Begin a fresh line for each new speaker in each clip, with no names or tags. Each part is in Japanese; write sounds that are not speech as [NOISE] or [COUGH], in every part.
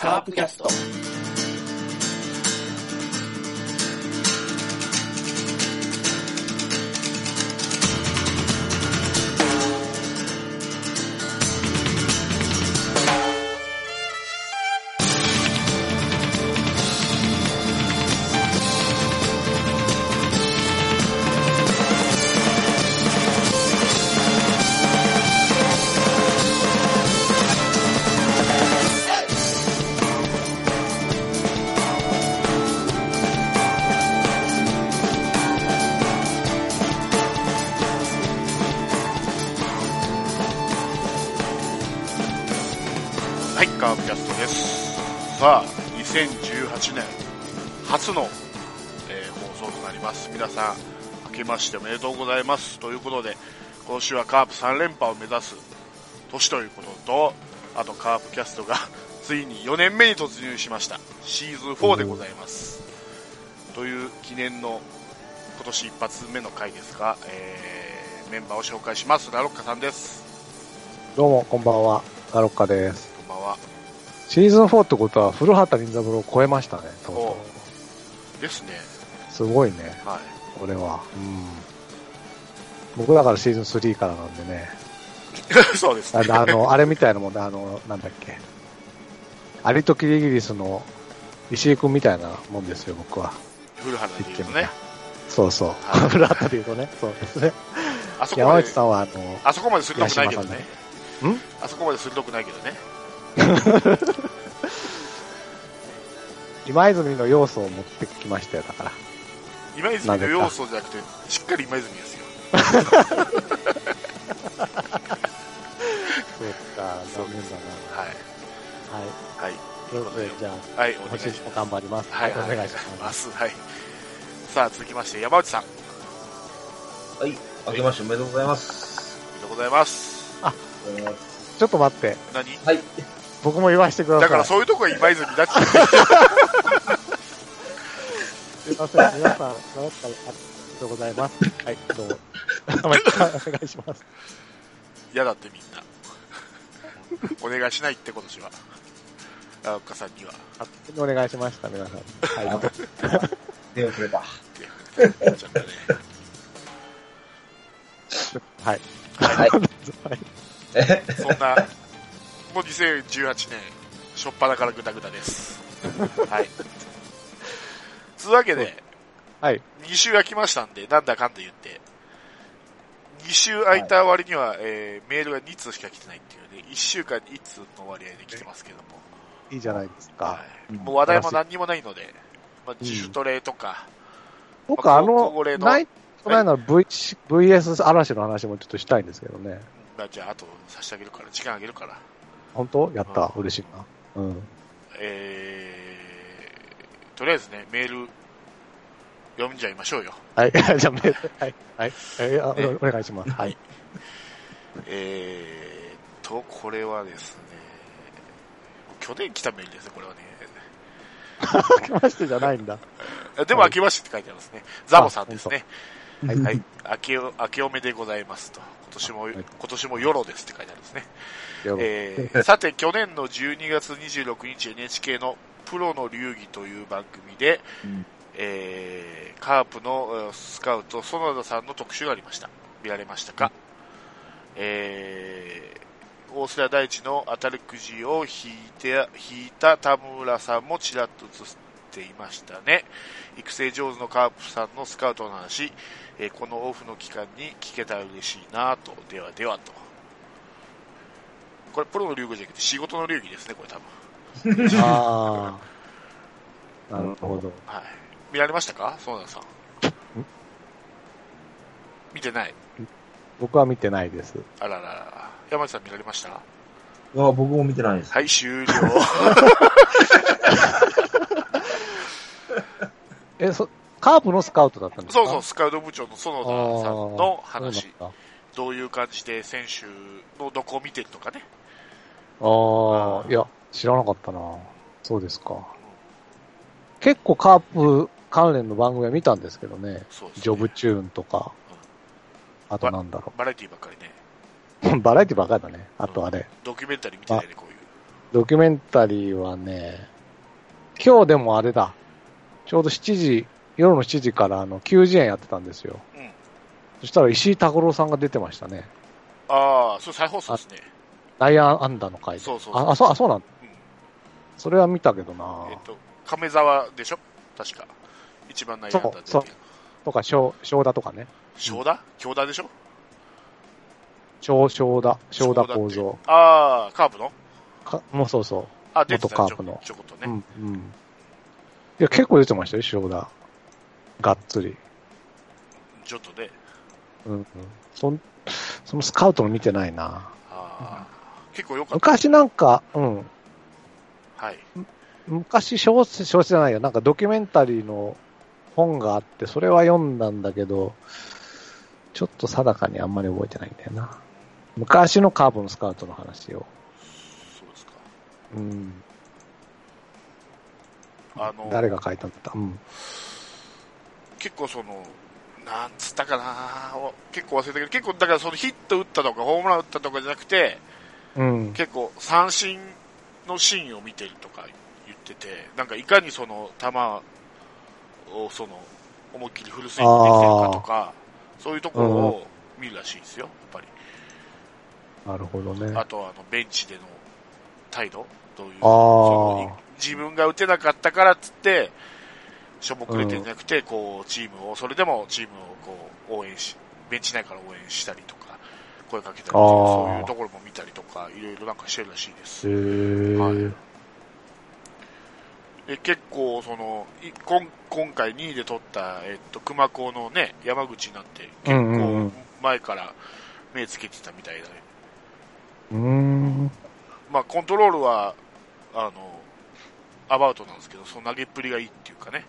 カープキャスト。
はい、カーブキャストです。さあ、2018年初の、えー放送となります。皆さん、明けましておめでとうございます。ということで、今年はカープ3連覇を目指す年ということと、あとカープキャストが [LAUGHS] ついに4年目に突入しました。シーズン4でございます。という記念の今年一発目の回ですが、えーメンバーを紹介します。ラロッカさんです。
どうも、こんばんは。ナロッカです。
こんばんは。
シーズン4ってことは、古畑任三郎を超えましたね、とうと
ですね。
う。すごいね、
はい。
これは。うん。僕だからシーズン3からなんでね。
[LAUGHS] そうです
あ
ね。
の、あ [LAUGHS] のあれみたいなもんで、あの、なんだっけ。アリとキリギリスの石井くんみたいなもんですよ、僕は。
古原で
言
言
って
う
も
とね
ね。。そうそう
はい。
古畑で言うとね、そうですね。
あそこ
[LAUGHS] 山
ま
内
で、
さんは、あの、
あそこまで鋭くないけどね。
さんだねん
あそこまで鋭くないけどね。
今泉の要素を持ってきましたよ、だから。
今泉の要素じゃなくて、しっかり今泉ですよ。
そうか、残念だ
はい。
な。はい。
はい。
ということで、じゃあ、
はい、お願
今
いし
週も頑張ります。
はい
お願いし
ま
ます。
す。はい。さあ、続きまして、山内さん。おめ
はい、明けましておめでとうございます。
でとうございます。
ちょっと待って、
何
はい、
僕も言わせてくだ
だ
さい。
からそういうとこが今泉だっちゃう。
すいません、皆さん、おったありがとうございます。はい、どうも。お願いし
[LAUGHS]
ます。
嫌だってみんな。 [LAUGHS] お願いしないって今年は。あおっかさん
[LAUGHS]
には。
勝手にお願いしました、皆さん。はい。
手をくれた。
ってやっちゃったね。
はい。
はい、
そんな、もう2018年、初っ端からグダグダ [LAUGHS] です。はい。つうわけで、
はい。
2週空きましたんで、なんだかんだ言って、2週空いた割には、えー、メールが2通しか来てないっていうね、1週間に1通の割合で来てますけども、
いいじゃないです
は
か。
い、もう話題も何にもないので、まあ、自主トレとか、
僕、あ
高
の
校恒例、の
ない、この間の V- VS 嵐の話もちょっとしたいんですけどね。
まあ、じゃあ、あと差し上げるから、時間あげるから、
本当やっ
あ
た。嬉しいな。うん。
えー、とりあえずね、メール、読んじゃいましょうよ。
はい。 [LAUGHS] じゃあ、メールはい。はい。えあ
ね
お願いします。 [LAUGHS] はい。
えー、と、これはですね、去年来たメールですね、これはね。
書きましてじゃないんだ。
あでも、
は
明
い
けましてって書いてありますね。ザボさんですね。
は。
はいい。明けお、明けおめでございますと。今年も、
はい
今年もよろですって書いてあるんですね。
よろ
え
[LAUGHS]
ー、さて、去年の12月26日 NHK のプロの流儀という番組で、
うん
えー、カープのえースカウト、園田さんの特集がありました。見られましたか、えー、大瀬良大地の当たりくじを引いて、引いた田村さんもちらっと映っていましたね。育成上手のカープさんのスカウトの話、えーこのオフの期間に聞けたら嬉しいなと、ではではと。これプロの流儀じゃなくて仕事の流儀ですね、これ多分。
ああ。なるほど。
はい。見られましたか園田さん。見てない。
僕は見てないです。
あららら。山内さん見られました
いや、僕も見てないです。
はい、終了。
え、そ、カープのスカウトだったんで
[LAUGHS]
す
そ
か
うそう、
そ
スカウト部長の園田さんの話。どういう感じで選手のどこを見てるとかね。
ああ、いや、知らなかったな。そうですか。結構カープ関連の番組は見たんですけどね。
そうですね
ジョブチューンとか。あとなんだろ
バラエティばっかりね。
う。 [LAUGHS] バラエティばっかりだね。あとあれ。
ドキュメンタリー見てないね、こういう。
ドキュメンタリーはね、今日でもあれだ。ちょうど7時、夜の7時からあの、90円やってたんですよ。
うん
そしたら石井拓郎さんが出てましたね。
ああ、それ再放送ですね。
ダイアンアンダーの回で。
そうそうそう
あ、あ、そう、あ、そうなんだ
うん。
それは見たけどな
えっと、亀沢でしょ確か。一番悩んだんだ
そう
け
そうとか、正田とかね。
正田京田でしょ
正正田、正田
って
構造。
ああ、カープの
かもうそうそう。
あ、出てた
元
ちょ
カープの
ちょこっと
う
ね。
ん、うん。いや、結構出てましたよ、正田。がっつり。
ちょっとね。
うん、うん。そんそのスカウトも見てないな。
あー結構良かった。
昔なんか、うん。
はい。
昔小説、小説じゃないよ。なんかドキュメンタリーの本があって、それは読んだんだけど、ちょっと定かにあんまり覚えてないんだよな。昔のカーブのスカウトの話を。
そうですか。
うん。
あの、
誰が書いたんだったうん。
結構その、なんつったかなお結構忘れたけど、結構だからそのヒット打ったとか、ホームラン打ったとかじゃなくて、
うん。
結構三振のシーンを見てるとか言ってて、なんかいかにその球をその思いっきりフルスイングできてるかとか、そういうところを見るらしいですよ、やっぱり。
なるほどね。
あとはあのベンチでの態度、どういう、
あー
そのい自分が打てなかったからっつって、しょぼくれてんじゃなくて、こう、チームを、それでもチームをこう、応援し、ベンチ内から応援したりとか、声かけたりとか、
あー
そういうところも見たりとか、いろいろなんかしてるらしいです。
ー
はいで結構そのい今今回2位で取った、えっと、熊高のね山口なんて結
うんうんう
構
ん
前から目つけてたみたいだね、
うーん。
まあ、コントロールはあのアバウトなんですけどその投げっぷりがいいっていうかね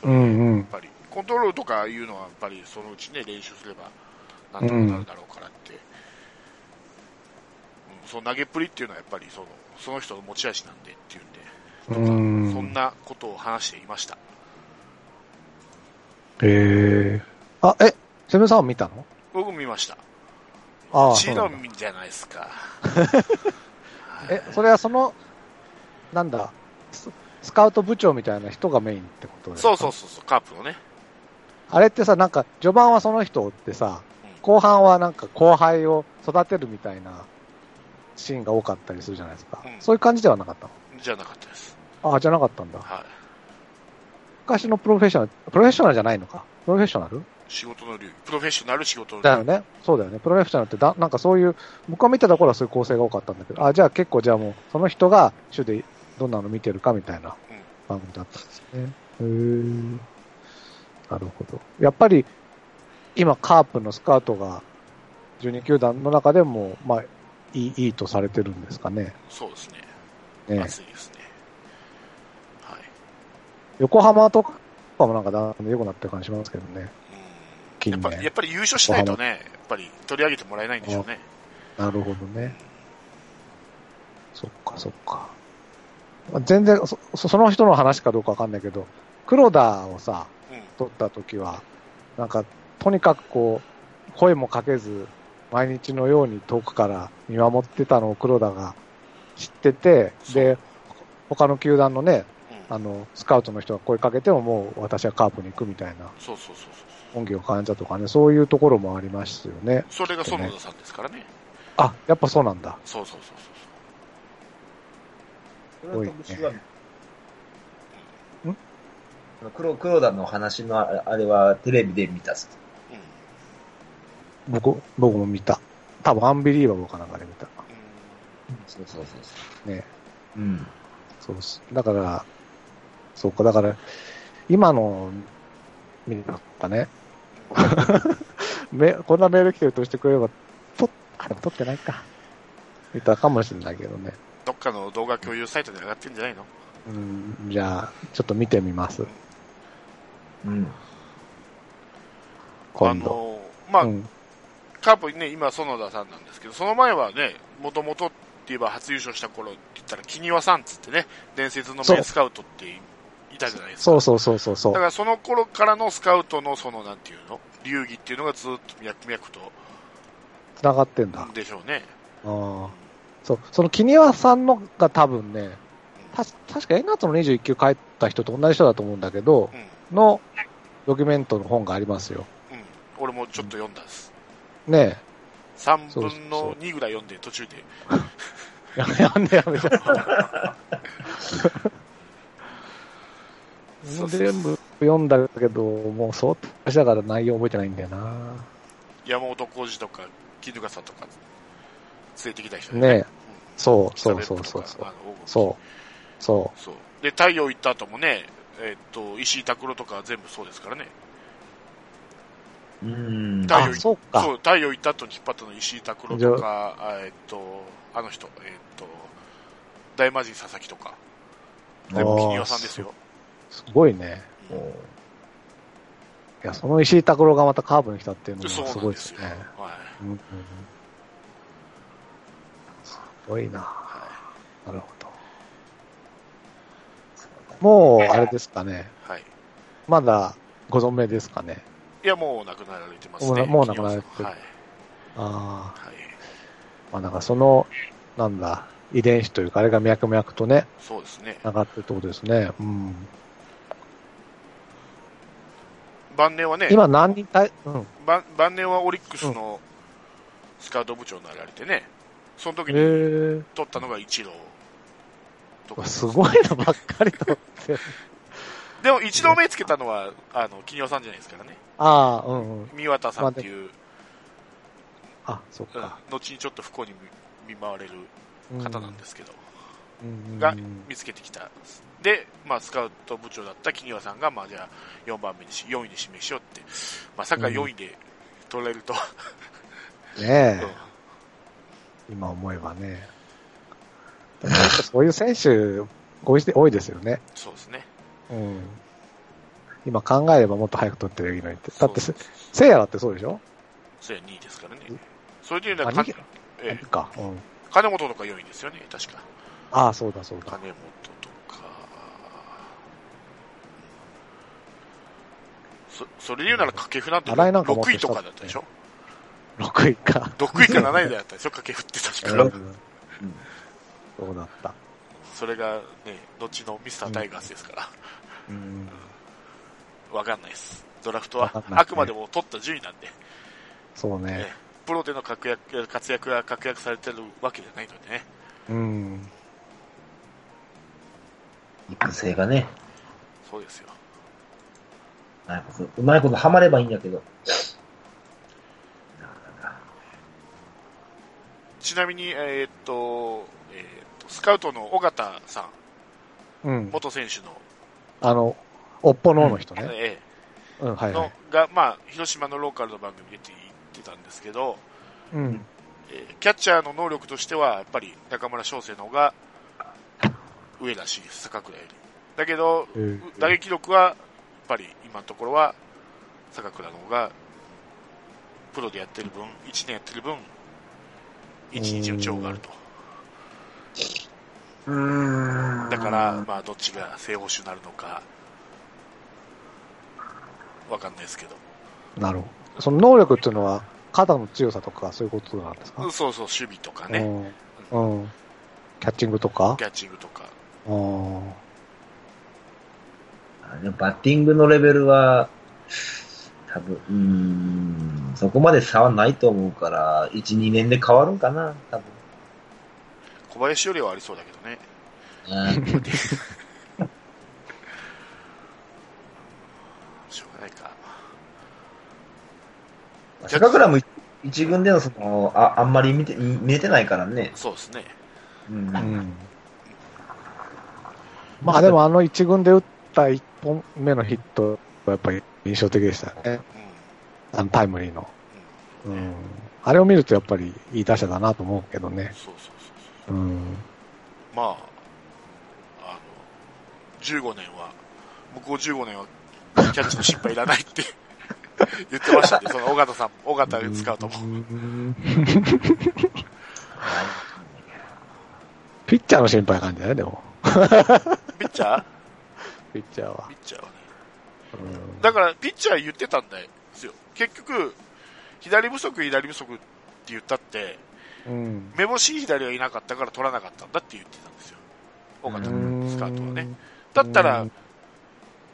それ
う
やっ
んうん。
ぱりコントロールとかいうのはやっぱりそのうちね練習すればなんとかなるだろうからって、うんその投げっぷりっていうのはやっぱりそのその人の持ち味なんでっていうんでと
う
か
ん
そんなことを話していました。
へえ。あ、え、セブンさんは見たの
僕見ました。
ああ、
チ
そうな
ロ
んだ
ミじゃないですか。
え、それはその、なんだ、ススカウト部長みたいな人がメインってことですか
そうそうそうそう、カープのね。
あれってさ、なんか、序盤はその人を追ってさ
うん、
後半はなんか後輩を育てるみたいなシーンが多かったりするじゃないですか。
うん
そういう感じではなかった
じゃなかったです。
のああ、じゃなかったんだ。
はい。
昔のプロフェッショナル、プロフェッショナルじゃないのか。プロフェッショナル
仕事の流儀。プロフェッショナル仕事の流
だ
儀。
よね。そうだよね。プロフェッショナルってだ、なんかそういう、僕が見てた頃はそういう構成が多かったんだけど、あ、じゃあ結構じゃあもう、その人が主でどんなの見てるかみたいな番組だったんですね。へーなるほど。やっぱり、今カープのスカウトが12球団の中でも、まあ、いい、いいとされてるんですかね。
そうですね。
ね
熱いですね。はい。
横浜とかもなんかだんだん良くなってる感じしますけどね。
うん。
近
やっ
年
ぱやっぱり優勝しないとね、やっぱり取り上げてもらえないんでしょうね。
なるほどね。そっかそっか。まあ全然そ、そその人の話かどうかわかんないけど、黒田をさ、
うん。
撮った時は、なんか、とにかくこう、声もかけず、毎日のように遠くから見守ってたのを黒田が知ってて、で、他の球団のね、
うん。
あの、スカウトの人が声かけてももう私はカープに行くみたいな
そうそうそうそう。
恩義を感じたとかね、そういうところもありますよね。
それが園田さんですからね。
あ、やっぱそうなんだ。
そうそうそうそう。
黒田節は
多いね
ん黒黒田の話のああれはテレビで見たっす。
うん。
僕、僕も見た。多分アンビリーバブルかなんかで見た。
そうそうそうそう。
ね。
うん。
そうっす。だから、そうか、だから、今の、見なかったね。 [LAUGHS] め、こんなメール来てるとしてくれれば、と、あ、でも撮ってないか。見たかもしれないけどね。
どっかの動画共有サイトで上がってんじゃないの
うん、じゃあ、ちょっと見てみます。
うん。
あ
今度。
の、まあ
う、ん。
カープね、今、園田さんなんですけど、その前はね、もともとって言えば初優勝した頃って言ったら、木庭さんっつってね、伝説の名スカウトっていたじゃないですか。
そうそうそうそうそ
だか
う。
らその頃からのスカウトのその、なんていうの流儀っていうのがずっと脈々と
繋がってんだ。
でしょうね。
ああ。そう、そのキニワさんのが多分ね、た確かエナツの21級帰った人と同じ人だと思うんだけど、
うん。
のドキュメントの本がありますよ。
うん。俺もちょっと読んだんです。
ね
3分の2ぐらい読んで、途中で。
え。やめやめやめちゃ
そうそ
う。
うそう
[LAUGHS] 全部読んだけど、もう相当昔だから内容覚えてないんだよな。
山本浩二とか、絹笠とか、連れてきた人だ
ねえ。
うん
そう、そう
北別
そう
府
そ
と
う
か
そう
あ。の
そう。そ
そう。で、太陽行った後もね、えっと、石井拓郎とか全部そうですからね。
うーん
う。。あ、そ
そ
うか。
う、太陽行った後に引っ張ったの石井拓郎とか、あえっと、あの人、えっと、大魔神佐々木とか、全部
あー
金曜さんですよ。
すごいね。
うん
お
いや、その石井拓郎がまたカーブに来たっていうのもす
そうな
ご
ん
い
で
ですす
よ。
ね。
はい。
うんうんすごいな。
は
なるほど。もう、あれですかね。
い。はい。
まだご存命ですかね。
いや、もう亡くなられてます
も
ね。
うもう亡くなられて
金曜さんはい。
ああ。
はい。
まあなんかその、なんだ、遺伝子というか、あれが脈々とね、
そうですね。
上がってるってことですね。うん。
晩年はね、
今何人体、うん。
晩晩年はオリックスのスカウト部長になられてね、その時
ええ
に取ったのが一郎とか。
すごいのばっかりと。 [LAUGHS]
でも一郎目つけたのは、あの、金曜さんじゃないですからね。
ああ、うんうん。
三渡さんっていう、
あ、そっか。
うん後にちょっと不幸に見見舞われる
うん
方なんですけど、
うんうん
が見つけてきた。で、まあ、スカウト部長だった金曜さんが、まあ、じゃあ、4番目にし、4位に指名しようって、まさか4位で取られるとは、
ね
うん
え、今思えばね。でも [LAUGHS] なんかそういう選手、ごして多いですよね。
そうですね。
うん。今考えればもっと早く取ってるいいのにって。だって
そ
せ
う、
せいやだってそうでしょ
それは2位ですからね。それで言う
あ、
なら、
逃
か
げ、あ
え
いいか。うん。
え金本とか4位ですよね、確か。
ああ、そうだそうだ。
金本とか。そ、それで言うなら、掛布なんて
新井なんかもっと
6位とかだったでしょ
6位か。
?6 位か7位だったでしょ掛布って
う
確か。
ん
そうだった。
それがね、後のミスタータイガースですから。
うん。
わかんないです。ドラフトは
わかんないね
あくまでも取った順位なんで、
そうね
え。えプロでの活躍活躍が確約されてるわけじゃないのでね。
うん。
育成がね、
そうですよ。
うまいことうまいことハマればいいんやけど。なかなか
ちなみに、えーっと、えーっと、スカウトの尾形さ
うん
ん、。元選手の、
あの、おっぽのの人ね。
え
うん、は
え
いは
の
い。
が、まあ、広島のローカルの番組でって言ってたんですけど、
うん。
えーキャッチャーの能力としては、やっぱり中村翔成の方が上らしいです、坂倉より。だけど、
えー
打撃力は、やっぱり今のところは、坂倉の方が、プロでやってる分、1年やってる分、1日の長があると。だから、まあ、どっちが正捕手になるのか、わかんないですけど。
なるほど。その能力っていうのは、肩の強さとかそういうことなんですか
そうそう、守備とかね、
うん。うん。キャッチングとか
キャッチングとか。
うん。
あでもバッティングのレベルは、多分、うーん、そこまで差はないと思うから、1、2年で変わるんかな、多分。
小林よりはありそうだけどね。
うん、
しょうがないか。
坂倉も一軍でのそのああんまり見て見えてないからね。
そうですね。
うん
うん。まあでもあの一軍で打った1本目のヒットはやっぱり印象的でしたね。
う
あのタイムリーの。
う
うんん。あれを見るとやっぱりいい打者だなと思うけどね
ん。。そうそうそうそ
うん。
う。まあ、あの、15年は、向こう15年は、キャッチの失敗いらないって [LAUGHS] 言ってました
[LAUGHS]
ね。その、尾形さん、尾形使うとも。
うんピッチャーの心配感じだね、でも。
ピッチャー
ピッチャーは
ピ。ッチャーはね。
うん
だから、ピッチャー言ってたんですよ。結局、左不足、左不足って言ったって、
うん。
めぼしい左はいなかったから取らなかったんだって言ってたんですよ。尾形
うん
スカートはね。。だった
う
ら
ん、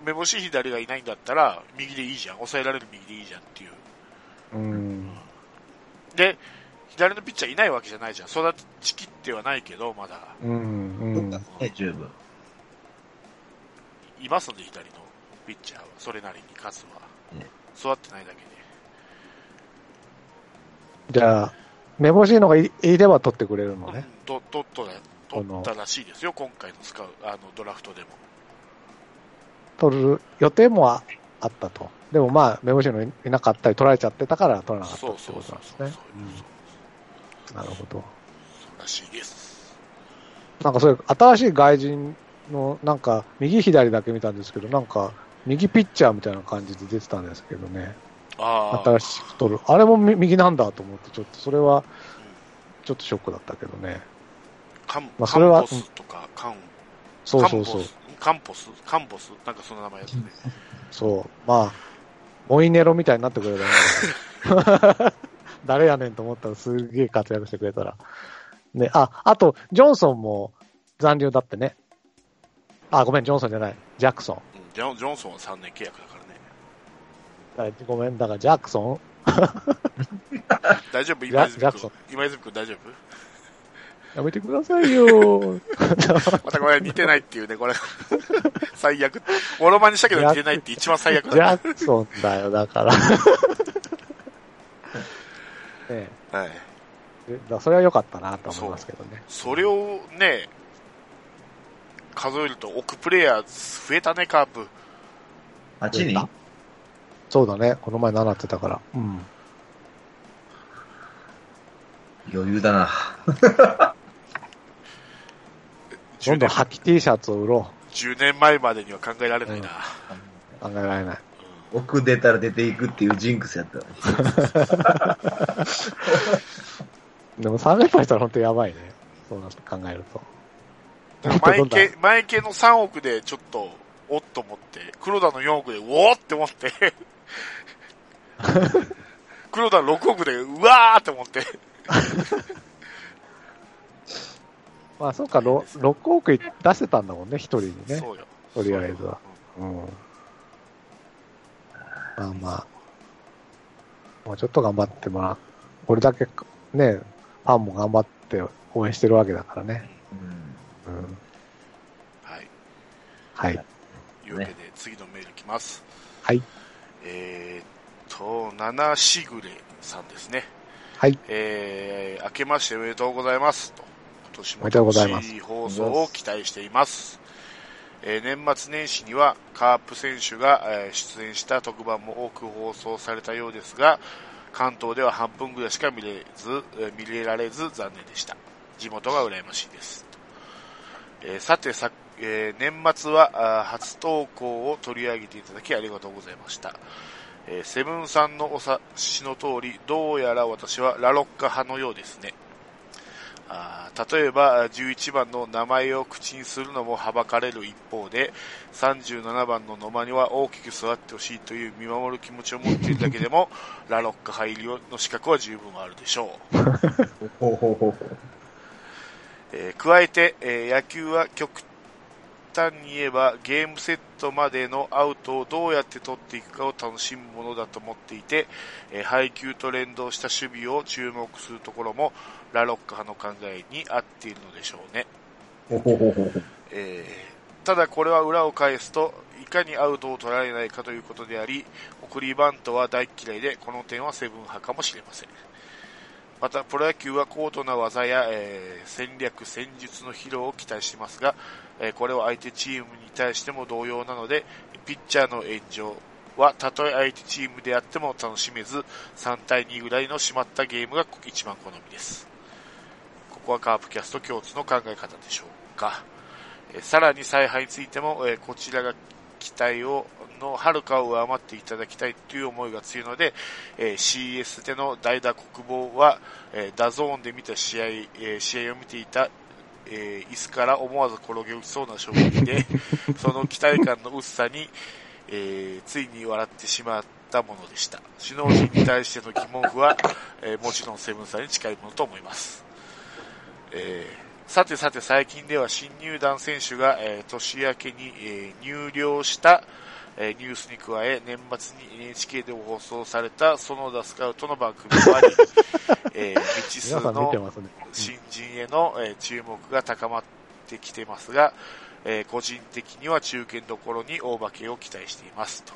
めぼしい左がいないんだったら、右でいいじゃん。抑えられる右でいいじゃんっていう。
うん。
で、左のピッチャーいないわけじゃないじゃん。育ちきってはないけど、まだ。
うん。う
うん
ん。
ね、十分。
いますので、左のピッチャーは。それなりに数は
ね。
育ってないだけで。
じゃあ、めぼしいのがいいれば取ってくれるのね。
と取ったら、
こ
取
の
ったらしいですよ、今回のスカウあのドラフトでも。
取る予定もああったと。でもまあ、めぼしいのいなかったり、取られちゃってたから取らなかった
そう
って
そう
こと
そ
な
うん
です
そう、
ね。
そう
なるほ
そ
ど。
うらしいです。
なんかそういう新しい外人の、なんか右左だけ見たんですけど、なんか右ピッチャーみたいな感じで出てたんですけどね。
ああ
新、しく取る。あれもみ右なんだと思って、ちょっとそれは、ちょっとショックだったけどね。
カン
まあそれは
カンポスとか、カン、
そうそうそう。
カンポス、カンポス、カンポスなんかその名前やってね。
そう。まあ、モイネロみたいになってくれたら誰やね [LAUGHS] んと思ったらすげえ活躍してくれたら。ね、あ、あと、ジョンソンも残留だってね。あ、ごめん、ジョンソンじゃない。ジャクソン。
うんジョンジョンソンは3年契約だからね。
あごめん、だからジャクソン
大丈夫
ジャ
今泉
ジャク
君
ソン。
今泉君大丈夫
やめてくださいよ。
またこれ似てないっていうね、これ。 [LAUGHS] 最悪。モロマネしたけど似てないって一番最悪
[LAUGHS] ジ
だ。
ャクソンだよ、だ [LAUGHS] から。ね
はい。
え、だそれは良かったなと思いますけどね。
それをね、数えると奥プレイヤー増えたね、カープ。
8人
そうだね、この前7ってたから。うん。
余裕だな。
今度、ハキ T シャツを売ろ
10年前までには考えられないな。
う。考えられない。
奥出たら出ていくっていうジンクスやったのに。
でも3連敗したら本当やばいね。そうなって考えると。もっとど
前
んどん
系、前系の3億でちょっと、おっと思って、黒田の4億で、うおーって思
[LAUGHS]
って、黒田の6億で、うわーって思って、
まあそうか、ろ6億出してたんだもんね、1人にね。
そうよ。
とりあえずは
そうよ。
うん。まあまあ。もうちょっと頑張ってもらう。これだけ、ね、ファンも頑張って応援してるわけだからね。
うん
うん。
はい。
はい。
というわけで、次のメールきます。
はい。
えーっと、七しぐれさんですね。
はい。
えー、明けましておめでとうございます。と今年
おめでとうござい
も
ま
楽
す
しい放送を期待しています。えー年末年始にはカープ選手が、えー出演した特番も多く放送されたようですが、関東では半分ぐらいしか見れず、えー見れられず残念でした。地元が羨ましいです。えーさてさ、えー年末はあー初投稿を取り上げていただきありがとうございました。えーセブンさんのお察しの通り、どうやら私はラロッカ派のようですね。あー例えば、11番の名前を口にするのもはばかれる一方で、37番の野間には大きく座ってほしいという見守る気持ちを持っているだけでも、 [LAUGHS] ラロッカ入りの資格は十分あるでしょう。
ほうほうほうほう。
えー加えて、えー野球は極端に言えばゲームセットまでのアウトをどうやって取っていくかを楽しむものだと思っていて、えー配球と連動した守備を注目するところもラロッカ派の考えに合っているのでしょうね。
ほうほうほうほうほう。
えーただこれは裏を返すと、いかにアウトを取られないかということであり、送りバントは大嫌いで、この点はセブン派かもしれません。また、プロ野球は高度な技や、えー戦略、戦術の披露を期待しますが、えーこれは相手チームに対しても同様なので、ピッチャーの炎上は、たとえ相手チームであっても楽しめず、3対2ぐらいの締まったゲームが一番好みです。ここはカープキャスト共通の考え方でしょうか。えーさらに采配についても、えーこちらが期待を、の遥かを上回っていただきたいという思いが強いので、えー CS での代打国防は、えーダゾーンで見た試合、えー試合を見ていた、えー椅子から思わず転げ落ちそうな衝
[LAUGHS]
撃で、その期待感の薄さに、えーついに笑ってしまっったものでした。首脳陣に対しての疑問符は、えーもちろんセブンさんに近いものと思います。えーさてさて最近では新入団選手が、えー年明けに、えー入寮した、えーニュースに加え年末に NHK で放送された園田スカウトの番組もあ
[LAUGHS]
り、えー未知数
皆さん見
の
てますね。
新人への、えー注目が高まってきてますが、えー個人的には中堅どころに大化けを期待していますと。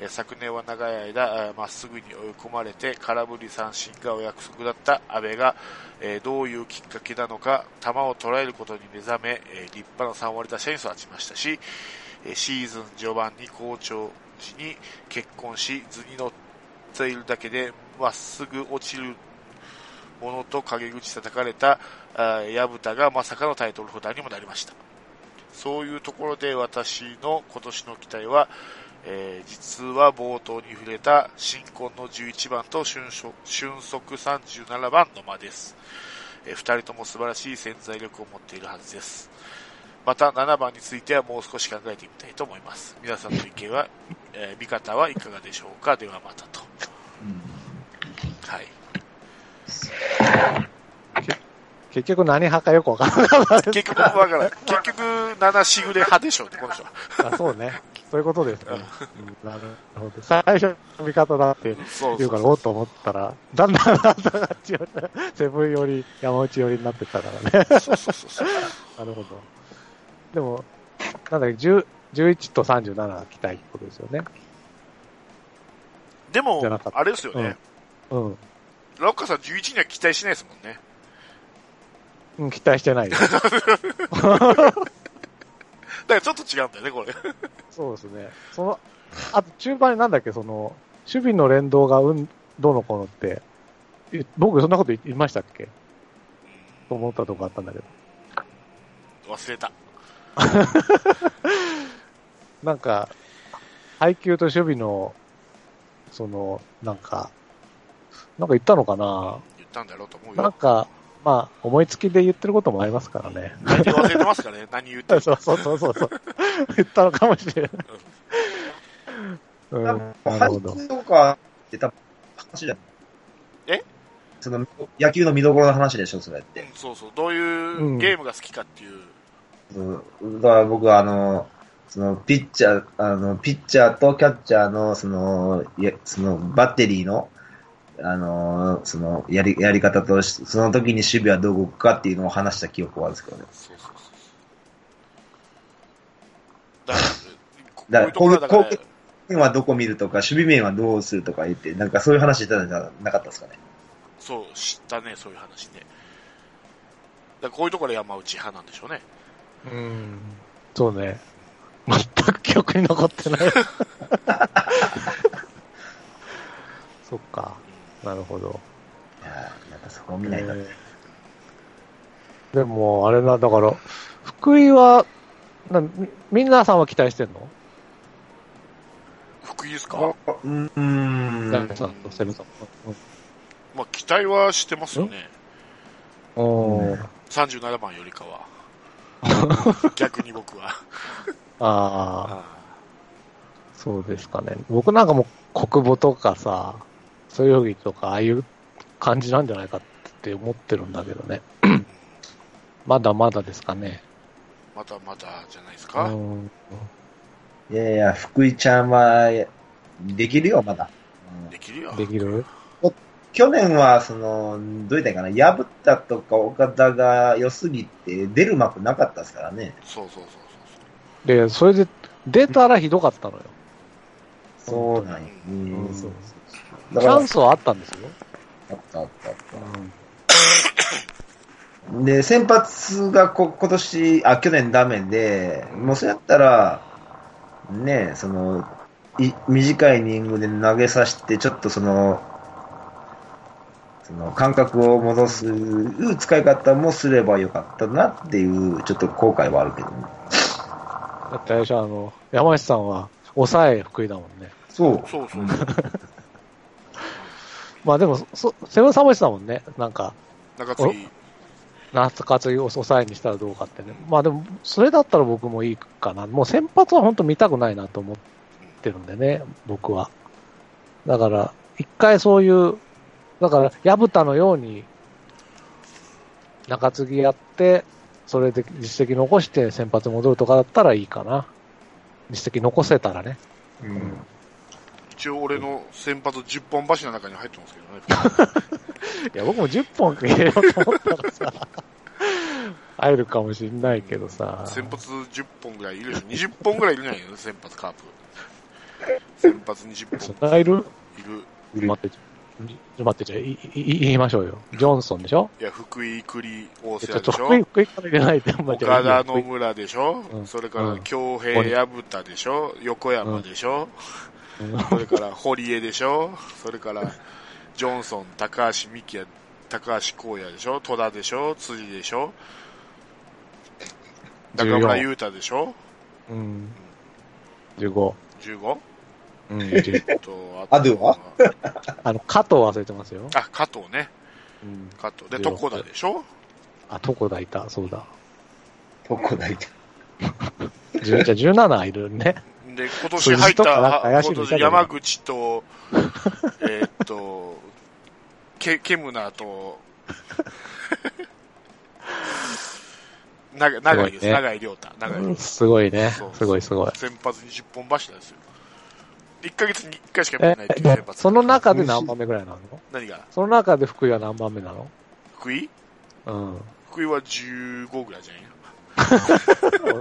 えー昨年は長い間、えーまっすぐに追い込まれて空振り三振がお約束だった阿部が、えーどういうきっかけなのか、球を捉えることに目覚め、えー立派な3割打者に育ちましたし、えーシーズン序盤に好調時に結婚し、図に乗っているだけで、まっすぐ落ちるものと陰口叩かれた、あー矢蓋がまさかのタイトルホルダーにもなりました。そういうところで私の今年の期待は、えー実は冒頭に触れた新婚の11番と俊足俊足37番の間です。え2人とも素晴らしい潜在力を持っているはずです。また7番についてはもう少し考えてみたいと思います。皆さんの意見は、えー見方はいかがでしょうかではまたと。はい。
結局何派かよくわからなかったです。
結局、わからん。結局、7しぐれ派でしょうね、この人は。
あそうね。そういうことですね。うんなるほど。最初の見方だって
そう
言
そう
から、
う。
おっと思ったら、だんだんあなたが違う。セブンより、山内寄りになってっ
[LAUGHS]
たからね。
そうそうそうそう。
なるほど。でも、なんだっけ、10 11と37が期待ってことですよね。
でも
じゃなかっ、た
あれですよね。
うん。
ラオカさん11には期待しないですもんね。
うん、期待し
[LAUGHS]
てないです。
だからちょっと違うんだよね、これ。
そうですね。その、あと中盤になんだっけ、その、守備の連動がうん、どうのこうのって、え僕そんなこと言いましたっけと思ったとこあったんだけど。
忘れた。
なんか、配球と守備の、その、なんか、なんか言ったのかな
言ったんだろうと思う
なん
よ。
か、まあ、思いつきで言ってることもありますからね。 [LAUGHS]
大体忘れてますかね、何言って
そう
るか。
そうそうそうそう。言ったのかもしれない。うん、
な
なんる
か、配
ほど。
球とかって多分話じゃん。
え
その、野球の見どころの話でしょ、それっ
う
て
ん。、そうそう。どういうゲームが好きかっていう。
うん。だから僕はあの、その、ピッチャー、あの、ピッチャーとキャッチャーの、その、やその、バッテリーの、あの、その、やり、やり方とし、その時に守備はどう動くかっていうのを話した記憶はあるんですけどね。
そうそうそうそう。だから、
だ
ここういうところはだから
こういうこういう、面はどこ見るとか、守備面はどうするとか言って、なんかそういう話してたんじゃなかったですかね。
そう、知ったね、そういう話ね。だからこういうところで山内派なんでしょうね。
うん。そうね。全く記憶に残って
[LAUGHS]
ない。そっか。なるほど。
いやーなんかそこを見ないと。
えーでも、あれな、だから、福井は、なみ、みんなさんは期待してんの
福井ですか、
ここうーん。
ダイさんとセブさん。
まあ、期待はしてますよね。
うんうん。
37番よりかは。
[LAUGHS]
逆に僕は。
ああ、そうですかね。僕なんかもう国母とかさ、そういうとか、ああいう感じなんじゃないかって思ってるんだけど
[CLEARS THROAT]
ね。まだまだですかね。
まだまだじゃないです
う
か。
ん。
いやいや、福井ちゃんは、できるよ、まだ。うん
できるよ。
できる
去年は、その、どう言ったらいいかな、薮田とか岡田が良すぎて、出る幕なかったですからね。
そうそうそうそう
で、それで、出たらひどかったのよ。
そうなんや。う、
うんん
そうそうそう。
チ
だから、
ャ
あ
ンスはあったんですよ。
ったあったあった。で、先発がこ今年、あ、去年ダメで、もうそうやったら、ねえ、その、い短いイニングで投げさせて、ちょっとその、その感覚を戻す使い方もすればよかったなっていう、ちょっと後悔はあるけどね。
だってあれでしょ、あの、山下さんは、抑え福井だもんね。
そう。
そうそうそう。
まあでも、そ、セブンサムシだもんね。なんか、
中継
[LAUGHS]
ぎ。
夏活を抑えにしたらどうかってね。まあでも、それだったら僕もいいかな。もう先発は本当見たくないなと思ってるんでね、僕は。だから、一回そういう、だから、矢蓋のように、中継ぎやって、それで実績残して先発戻るとかだったらいいかな。実績残せたらね。
うん。
一応俺の先発10本柱の中に入ってますけどね。
[LAUGHS] いや、僕も10本入れようと思ったらさ、入るかもしんないけどさ。
先発10本ぐらいいるでしょ。20本ぐらいいるんじゃないの先発カープ。先発
そ
20
ん
本
ないる
いる。
いる
待って、ちょちょ待って、じゃあいいい言いましょうよ。ジョンソンでしょ
いや、福井、栗、大
ち
瀬
ょっ
良
と
でしょ
福井、福井から入れないで、お前
岡田野
いいよ
村でしょ、
うん
それから
うん
京平薮田でしょ横山でしょ、
うん
それから堀江でしょそれからジョンソン、高橋美希也、高橋光也でしょ戸田でしょ辻でしょ中村
14
優太でしょ
うん。15。
15?
うん、10
と、
アドゥは
あの、加藤忘れてますよ。
あ、加藤ね。
うん。
加藤。で、
14
床田でしょ
あ、床田いた、そうだ。
どこだいた。
10じゃあ17いるね。
で、今年入っ
辻とか
た、
なんか
あ
怪しい
今
のいたけ
年
ど
山口と、えーっと、ケ、ケムナー
[LAUGHS]
と、な長いですす。
ごいね
長井亮太。長井亮太。
すごいね
そう。
すごいすごい。
先発に10本柱ですよ。1ヶ月に1回しか見てないっていう先発。
その中で何番目ぐらいなの
何が
その中で福井は何番目なの
福井
うん。
福井は15ぐらいじゃない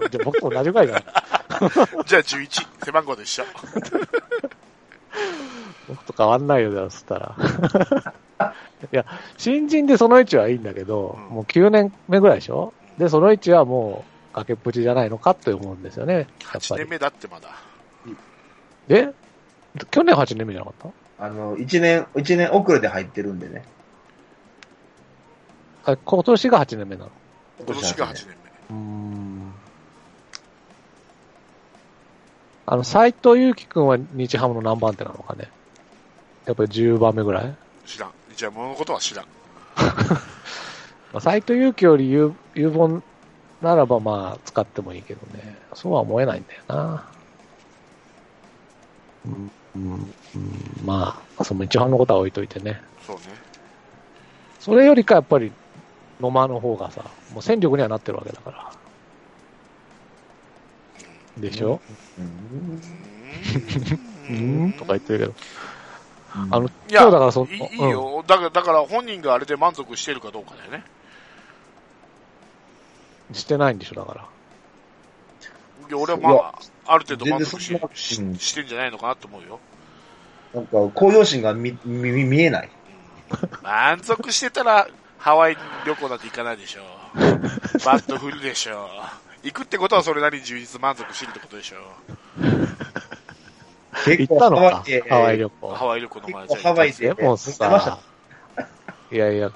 の
じゃあ僕と同じぐらいだ。
じゃあ11。背番号で一緒。
僕と変わんないよ、だそしたら。 [LAUGHS] いや、新人でその位置はいいんだけど、
うん
もう9年目ぐらいでしょで、その位置はもう崖っぷちじゃないのかって思うんですよね。やっ
8
ぱり
年。目だってまだ。
で、去年8年目じゃなかっ
あの、一年、一年遅れで入ってるんでね。
たあ今年が8年目なの。
今年が8年
うーん。あの、斎藤祐樹くんは日ハムの何番手なのかね。やっぱり10番目ぐらい
目。知らん。じゃあ物のことは知らん。
まあ、斎藤佑樹より有有本ならばまあ使ってもいいけどね、そうは思えないんだよな。うん、うん、うんまあ、その一番のことは置いといてね。
そうね。
それよりかやっぱり野間の方がさ、もう戦力にはなってるわけだから。でしょ、
うん。
う
う
ー
ん、とか言ってるけど。あ
あ
の、
いや、
今日だからそ
いいいよ、だから、だから本人があれで満足してるかどうかだよね。
うんしてないんでしょ、だから。
いや俺はま
い
あ、ある程度満足し
全然そんな
し
うん
してんじゃないのかなと思うよ。
なんか、向上心が見、見、見見えない。
満足してたら、ハワイ旅行なんて行かないでしょう。バット振るでしょう。行くってことはそれなりに充実満足してるってことでしょう。
結
行ったのか
で、
ハワイ旅行。
ハワイ旅行の前じゃ
ハワイ
で
で。
も
行ってました
さ、いやいや、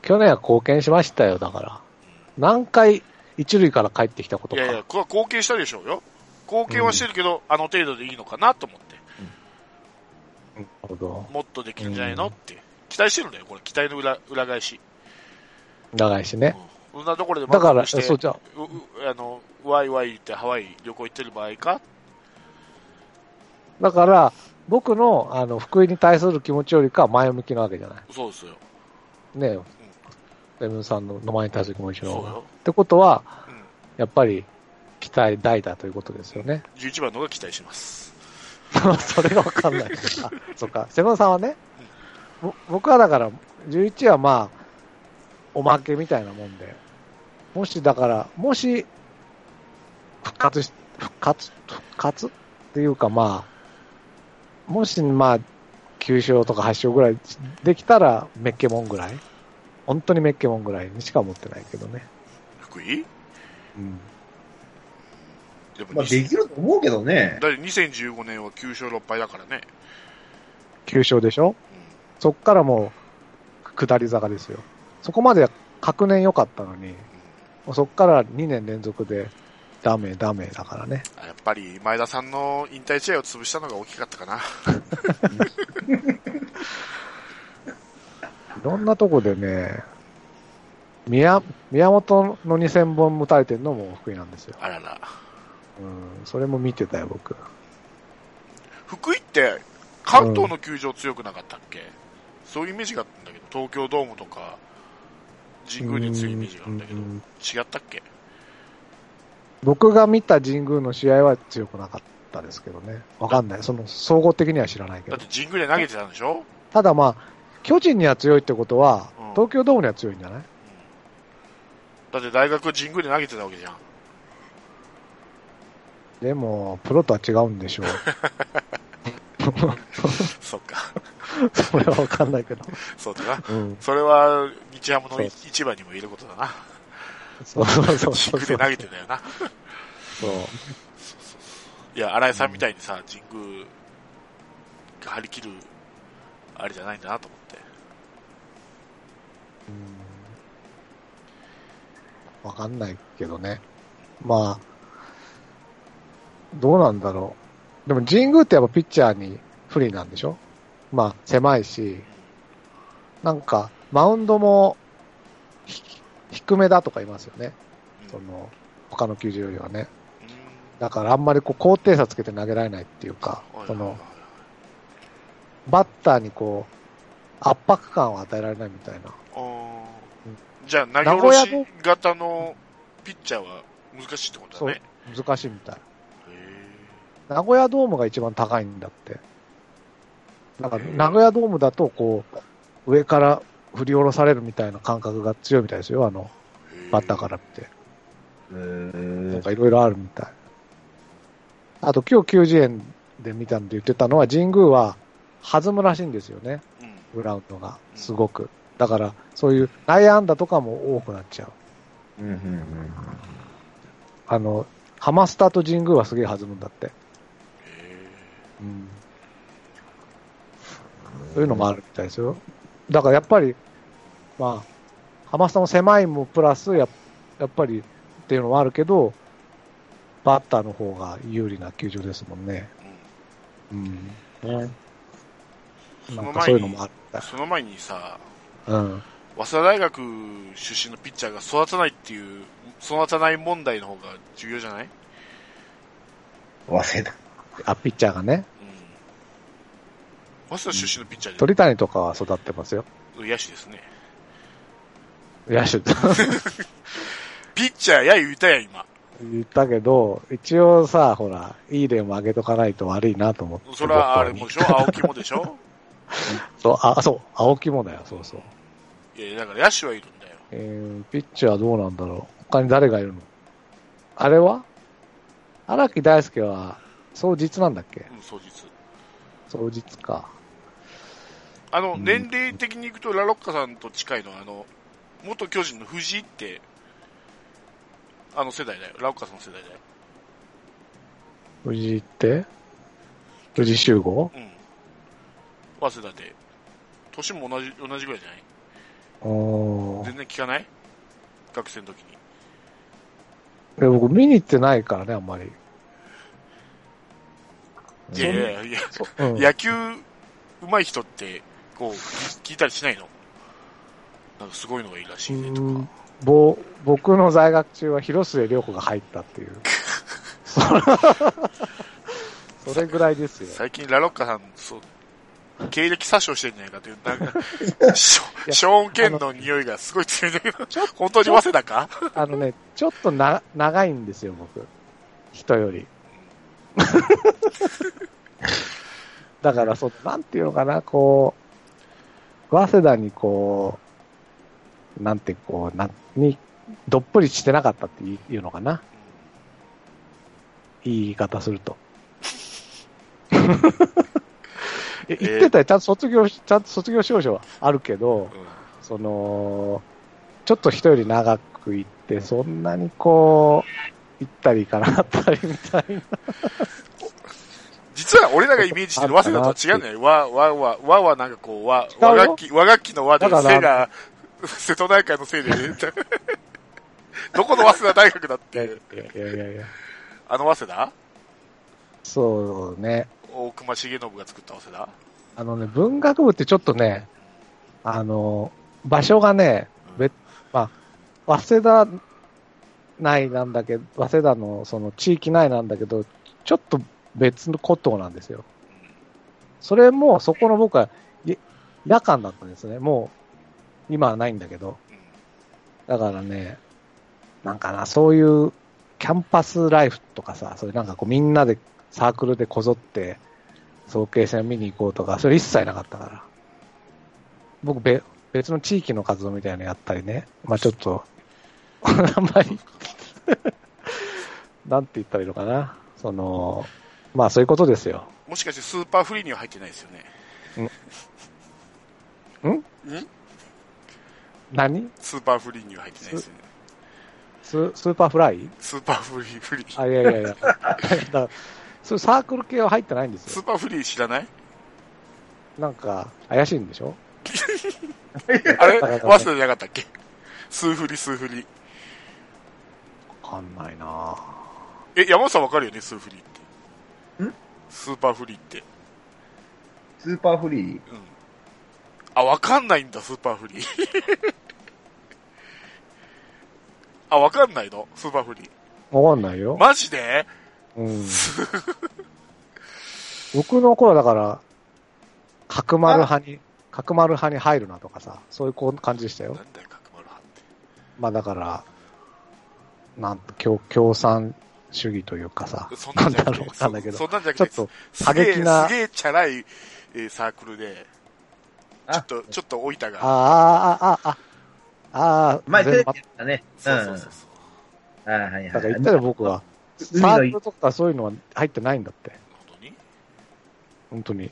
去年は貢献しましたよ、だから。何回、一塁から帰ってきたこと
い
か。
やいや、これは貢献したでしょうよ。貢献はしてるけど、あの程度でいいのかなと思って。
なるほど。
もっとできるんじゃないのって。期待してるんだよ、これ。期待の裏、裏返し。
長いしね。
うんそんなところで
だか
満
ら、
足して。
そうじゃあ
ううあの、ワイワイ言ってハワイ旅行行ってる場合か
だから、僕の、あの、福井に対する気持ちよりかは前向きなわけじゃない。
そうですよ。
ねえ、レムさんの名前に対する気持ち
そう
の方が。っ
よ。
てことは、
うん。
やっぱり、期待大だということですよね。
11番のが期待します。
[LAUGHS] それがわかんない。あ、そっか。セブンさんはね、ぼ僕はだから、11はまあ、おまけみたいなもんで、もしだから、もし、復活し、復活、復活っていうかまあ、もしまあ、9勝とか8勝ぐらいできたら、メッケモンぐらい。本当にメッケモンぐらいにしか思ってないけどね。
福井でも、
まあ、できると思うけどね。
だって2015年は9勝6敗だからね。
9勝でしょそっからもう、下り坂ですよ。そこまで隔年良かったのに、もうそっから2年連続で、ダメダメだからね。
うんやっぱり前田さんの引退試合を潰したのが大きかったかな。
いろんなとこでね、宮、宮本の2000本打たれてるのも福井なんですよ。
あらら。
うん、それも見てたよ、僕。
福井って、関東の球場強くなかったっけ、そういうイメージがあったんだけど、東京ドームとか、神宮に強いイメージがあるんだけど、
うん
違ったっけ
僕が見た神宮の試合は強くなかったですけどね。わかんない。その、総合的には知らないけ
だっ
ど。
て神宮で投げてたんでしょ
ただまあ、巨人には強いってことは
うん、
東京ドームには強いんじゃない
だって大学神宮で投げてたわけじゃん。
でも、プロとは違うんでしょう。
[LAUGHS] そっか。
それはわかんないけど。
そうだな。 [LAUGHS]
うん。
それは、日ハムの
そう
市場にも言えることだな。
そうそうそうそ
神 [LAUGHS]
う。
宮で投げてたよな。
そう
いや、新井さんみたいにさ、神宮が張り切る、あれじゃないんだなと思って。
うんわかんないけどね。まあ、どうなんだろう。でも神宮ってやっぱピッチャーに不利なんでしょまあ、狭いし、なんか、マウンドもひ低めだとか言いますよね。その、他の球場よりはね。
うん
だからあんまりこう高低差つけて投げられないっていうか、
はい
そ
はいはい
の、バッターにこう、圧迫感を与えられないみたいな。
あー
うん
じゃあ、投げ下
名古
ろし型のピッチャーは難しいってことだね。
難しいみたい。
へ
名古屋ドームが一番高いんだって。なんか、
へえ
名古屋ドームだと、こう、上から振り下ろされるみたいな感覚が強いみたいですよ、あの、
ーへー
バッターから見て。
え
なん
ー、
かいろいろあるみたい。あと、今日90円で見たんで言ってたのは、神宮は弾むらしいんですよね、
うん
グラウンドが。すごく。だから、そういう内野安打とかも多くなっちゃう。
うんうんうん。
あの、ハマスタと神宮はすげえ弾むんだって。
へ
うんそういうのもあるみたいですよ。だからやっぱり、まあ、ハマスタも狭いもプラスや、やっぱりっていうのもあるけど、バッターの方が有利な球場ですもんね。
ーうん
うん。
そ
な
の
んかそう
前
いうのもあ
に
っ、た。
その前にさ、
うん。
早稲田大学出身のピッチャーが育たないっていう、育たない問題の方が重要じゃない
忘れた。
あ、ピッチャーがね。
うん。早稲田出身のピッチャーで、
鳥谷とかは育ってますよ。
野手ですね。
野手
[LAUGHS] ピッチャーや言うたやん、今。
言ったけど、一応さ、ほら、いい例も上げとかないと悪いなと思って。
それはあれもでしょ青木もでしょ
そう、あ、そう、青木もだよ、そうそう。
いや、だから野手はいるんだよ。
えー、ピッチャーはどうなんだろう。他に誰がいるのあれは荒木大輔は、総実なんだっけ
うん、当日。
総実か。
あの、
うん
年齢的に行くと、ラロッカさんと近いのは、あの、元巨人の藤井って、あの世代だよ。ラロッカさんの世代だよ。
藤井って藤井集合
うん。早稲田で。年も同じ、同じぐらいじゃない
おー
全然聞かない学生の時に。
え僕見に行ってないからね、あんまり。
いやいやいやいや、
うん、
野球上手い人って、こう、聞いたりしないのなんかすごいのがいいらしいねと
う
か
ん。ぼ僕の在学中は広末涼子が入ったっ
[LAUGHS]
ていう。それそれぐらいですよ。
最近ラロッカさん、そう、経歴詐称してんじゃないかという、なんか、シ
いや
ョショーン・ケンの匂いがすごい強いんだけど、本当に早稲田か
あのね、ちょっとな、長いんですよ、僕。人より。 [LAUGHS] だから、そう、なんていうのかな、こう、早稲田にこう、なんてこう、な、に、どっぷりしてなかったっていうのかな。いい言い方すると。え言ってたよ、ちゃんと卒業し、ちゃんと卒業証書はあるけど、
う
その、ちょっと人より長く行って、そんなにこう、行ったり行かなかったりみたいな。
ん実は俺らがイメージしてる早稲田とは違うんだよ。和、和、和、和はなんかこう、和、和楽器、和楽器の和で、
だから
せが、 [LAUGHS] 瀬戸内海のせいで、 [LAUGHS] どこの早稲田大学だって、
いやいやいや。
あの早稲田
そうね。
大隈重信が作った早稲田
あのね、文学部ってちょっとね、あの、場所がね、
うん
べまあ、早稲田内なんだけど、早稲田のその地域内なんだけど、ちょっと別の古島なんですよ。それも、そこの僕は、い夜間だったんですね。もう、今はないんだけど。だからね、なんかな、そういう、キャンパスライフとかさ、そういうなんかこう、みんなで、サークルでこぞって、早慶戦見に行こうとか、それ一切なかったから。僕、べ別の地域の活動みたいなのやったりね。まあちょっと、 [LAUGHS] あんまり、 [LAUGHS] なんて言ったらいいのかな。その、まあそういうことですよ。
もしかしてスーパーフリーには入ってないですよね。
何
スーパーフリーには入ってないですよね。
ススーパーフライ
スーパーフリー、フリー。
あ、いやいやいや。だからそういうサークル系は入ってないんです
スー
よ。
パーフリー知らない
なんか、怪しいんでしょ
あれ
だからね
忘れてなかったっけスーフリ、スーフリ。
わかんないなぁ
え、山本さんわかるよね、スーフリって。
ん
スーパーフリーって。
スーパーフリー
うん。あ、わかんないんだ、スーパーフ [LAUGHS] リー。あ、わかんないのスーパーフリー。
わかんないよ。
マジで
うん。僕の頃だから、角丸派に、角丸派に入るなとかさ、そういうこう感じでしたよ
な。んだよ、角丸派って。
まあだから、なんと共共産主義というかさ、
そんな
なんん
じゃ
だ
な
ろう
く
わ
て、
かんないけど、
そそんなんじゃな
ちょ
く、
ってと、
すげ
過
え、
激な
すげえチャラい、えーサークルで、ちょ
あ
っと、ちょっと老いたが。
あーあー、あーあー、あーあー、
前テレ
全
ビや
部
ったね。
そうそうそうそう。
うん。はいはい
だから
は
言
い
った。ら僕は、
海
サ
の
ークルとかそういうのは入ってないんだって、
本当に
本当に。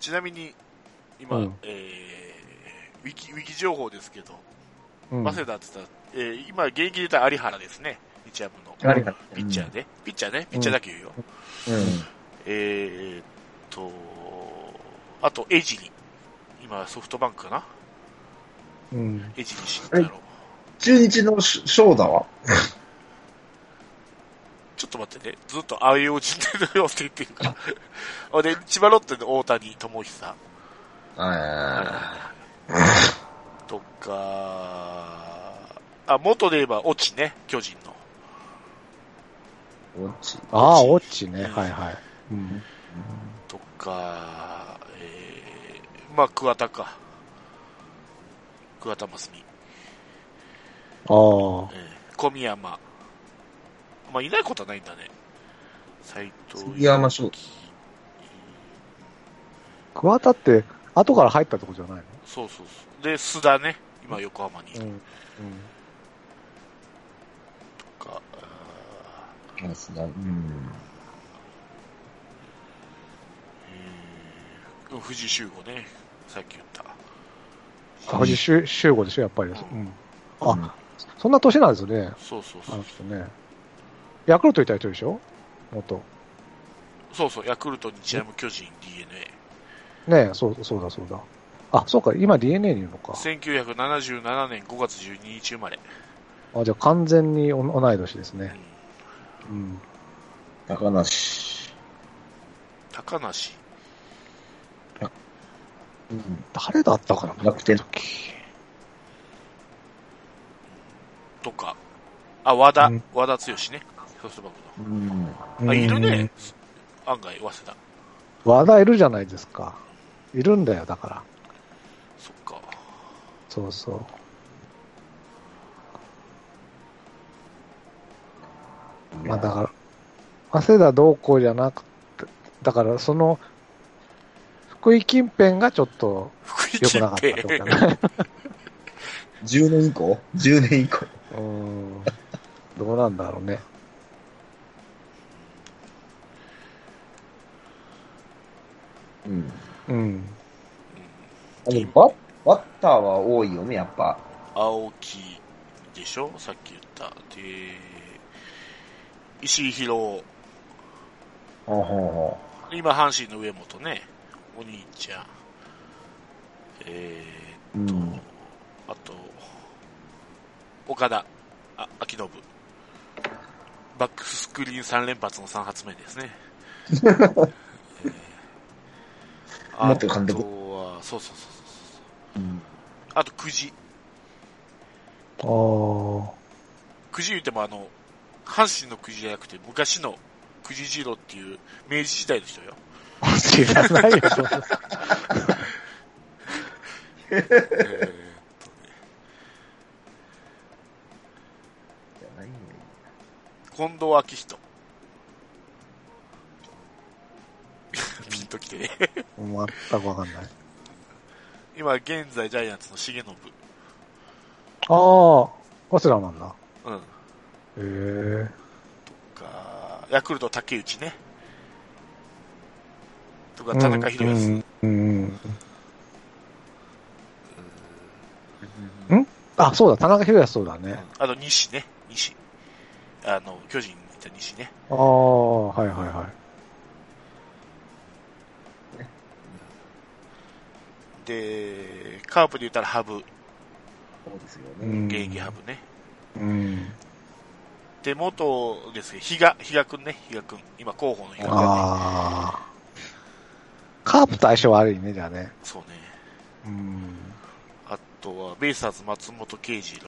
ちなみに、今、
うん
えー、ウィキ、ウィキ情報ですけど、
うん。
早稲田って言ったら、えー今、現役で言ったら有原ですね。日ハムの。
誰か。
ピッチャーで。ピッチャーね。ピッチャーだけ言うよ。
う
えーっと、あと、エジリ。今、ソフトバンクかな
うん。
エジリ慎太郎。
ん。中日のショーだわ。
ちょっと待ってね。ずっとあいうおじでのよって言ってるから。 [LAUGHS] あで、千葉ロッテの大谷智久。
あ
とか、あ、元で言えば、オチね。巨人の。
ー落ち
ああ、オッチね、はいはい。うん。
とか、えー、まあ、桑田か。桑田真澄。
ああ。
えー、小宮山。まあ、いないことはないんだね。斎藤
杉山翔
幸
桑田って、後から入ったとこじゃない
そうそうそう。で、須田ね。今、横浜にい
の
る
ん。
とか、あ
ますね。うん。
ーうん藤井修吾ね。さっき言った。
高橋周周吾でしょ、やっぱり。うん。
あ、
そんな年なんですよね、
そうそうそ
あ
う
の。人ね。ヤクルトいた人でしょ元。
そうそう、ヤクルト、日ハム、巨人、DNA。
ねえ、そう、そうだ、そうだ。あ、そうか、今 DNA にいるのか。
1977年5月12日生まれ。
あ、じゃあ完全にお同い年です
うん
ね。うん。
高梨。
高梨。
うん。
誰だったかな
楽天
とか、あ、和田、
うん
和田剛ね。ソフトバンク
うん。
の。あ、いるね。。案外、早稲田。
和田いるじゃないですか。いるんだよ、だから。
そっか。
そうそう。まあだから、早稲田同校じゃなくて、だからその、福井近辺がちょっと
福井
良く
近
なかったってこと
平。
だね。
10年以降 ?10 年以降。
[LAUGHS] うん。どうなんだろうね。
うん。
うん。
あでもバッバッターは多いよね、やっぱ。
青木でしょさっき言った。で、石井宏。
ほうほうほ
今、阪神の上本ね。お兄ちゃん。え
う。う
ー、と、
ん。
あと、岡田。あ、秋信。バックスクリーン3連発の3発目です
[LAUGHS]
ね。えー
もっと監督
あとは、そうそうそうそう。
うん
あと、くじ。
ああ。
くじ言ってもあの、阪神のくじじゃなくて、昔のくじ二郎っていう明治時代の人よ。
知らない [LAUGHS] よ、そんな
えー
じゃないんだよ
近藤昭人。ピンときてね。
全くわかんない。
今、現在ジャイアンツの重信。
ああ、早稲田なんだ。
うん。
へえ。
か、ヤクルト竹内ね。とか、田中宏
う
康。
んうん。うんんあ、そうだ、田中宏康そうだね。
あと、西ね。西。あの、巨人にいた西ね。
ああ、はいはいはい。
で、カープで言ったらハブ、
そうですよ
う
ね。
ん
現役ハブね。
うん。
で、元ですけど、比嘉、比嘉くんね、比嘉くん。今、候補の比嘉がね。
ああ。カープと相性悪いね、じゃあね。
そうね。
うん。
あとは、ベイスターズ松本慶次郎。